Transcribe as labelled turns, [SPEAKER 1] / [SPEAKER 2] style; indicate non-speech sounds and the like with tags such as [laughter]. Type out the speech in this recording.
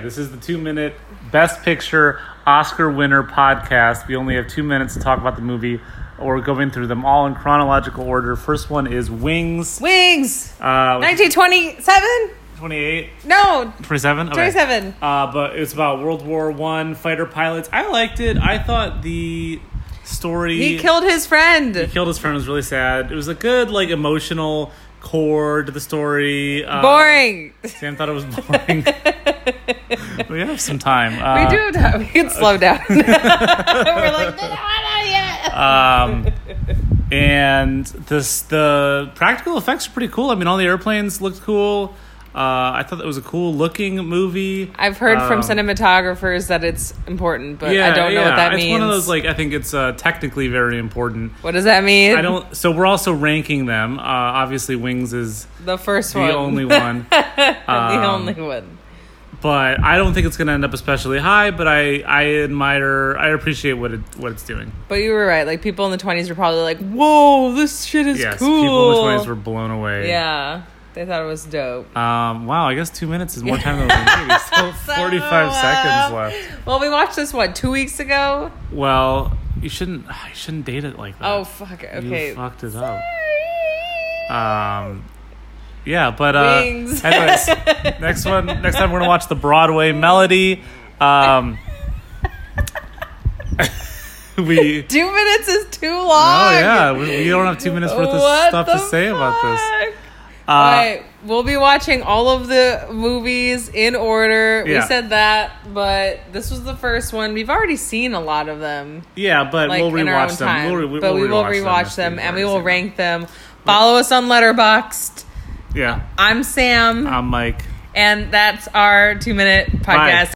[SPEAKER 1] This is the two minute Best Picture Oscar winner podcast. We only have two minutes to talk about the movie. We're going through them all in chronological order. First one is Wings.
[SPEAKER 2] Wings.
[SPEAKER 1] Uh, which is
[SPEAKER 2] 1927?
[SPEAKER 1] 28,
[SPEAKER 2] No,
[SPEAKER 1] 27? Okay.
[SPEAKER 2] 27.
[SPEAKER 1] Uh, but it's about World War One fighter pilots. I liked it. I thought the story.
[SPEAKER 2] he killed his friend.
[SPEAKER 1] He killed his friend was really sad. It was a good, like, emotional core to the story. Uh,
[SPEAKER 2] Boring.
[SPEAKER 1] Sam thought it was [laughs]
[SPEAKER 2] [laughs]
[SPEAKER 1] boring. we have some time.
[SPEAKER 2] we
[SPEAKER 1] Uh,
[SPEAKER 2] do. Not, we can
[SPEAKER 1] [laughs]
[SPEAKER 2] slow down. [laughs] We're like, "No, not yet."
[SPEAKER 1] Um, and this the practical effects are pretty cool. I mean, all the airplanes looked cool. Uh, I thought that was a cool looking movie.
[SPEAKER 2] I've heard
[SPEAKER 1] Um,
[SPEAKER 2] from cinematographers that it's important, but I don't know
[SPEAKER 1] yeah.
[SPEAKER 2] what that
[SPEAKER 1] it's
[SPEAKER 2] means.
[SPEAKER 1] one of those like I think it's uh, technically very important.
[SPEAKER 2] what does that mean?
[SPEAKER 1] I don't. So we're also ranking them. Uh, obviously, Wings is
[SPEAKER 2] [laughs] The first
[SPEAKER 1] the
[SPEAKER 2] one. [laughs]
[SPEAKER 1] only one, Um,
[SPEAKER 2] the only one.
[SPEAKER 1] but I don't think it's going to end up especially high. But I I admire I appreciate what it what it's doing.
[SPEAKER 2] But you were right. Like people in the twenties were probably like, "Whoa, this shit is
[SPEAKER 1] Yes,
[SPEAKER 2] cool."
[SPEAKER 1] people in the twenties were blown away.
[SPEAKER 2] yeah, they thought it was dope.
[SPEAKER 1] Um, wow, I guess two minutes is more time than
[SPEAKER 2] [laughs]
[SPEAKER 1] we need. Still 45
[SPEAKER 2] So,
[SPEAKER 1] seconds
[SPEAKER 2] uh,
[SPEAKER 1] left.
[SPEAKER 2] Well, we watched this one two weeks ago.
[SPEAKER 1] Well, you shouldn't you shouldn't date it like that.
[SPEAKER 2] Oh fuck. Okay.
[SPEAKER 1] You fucked it up. Um, yeah, but uh,
[SPEAKER 2] Wings.
[SPEAKER 1] [laughs] anyways, next one, next time we're gonna watch the
[SPEAKER 2] [laughs]
[SPEAKER 1] Broadway Melody. Um, [laughs] we.
[SPEAKER 2] Two minutes is too long.
[SPEAKER 1] Oh yeah, we, we don't have two minutes worth of
[SPEAKER 2] What
[SPEAKER 1] stuff
[SPEAKER 2] the
[SPEAKER 1] to say about this.
[SPEAKER 2] fuck? All
[SPEAKER 1] Uh,
[SPEAKER 2] right, we'll be watching all of the movies in order.
[SPEAKER 1] Yeah.
[SPEAKER 2] We said that, but this was the first one. We've already seen a lot of them,
[SPEAKER 1] yeah, but
[SPEAKER 2] like
[SPEAKER 1] we'll
[SPEAKER 2] in our own
[SPEAKER 1] rewatch
[SPEAKER 2] time.
[SPEAKER 1] them. We'll re-
[SPEAKER 2] but
[SPEAKER 1] we'll
[SPEAKER 2] we will
[SPEAKER 1] if
[SPEAKER 2] rewatch them,
[SPEAKER 1] we've
[SPEAKER 2] and we
[SPEAKER 1] already
[SPEAKER 2] will
[SPEAKER 1] seen
[SPEAKER 2] rank them. Follow us on Letterboxd.
[SPEAKER 1] Yeah,
[SPEAKER 2] I'm Sam,
[SPEAKER 1] I'm like.
[SPEAKER 2] and that's our two minute podcast.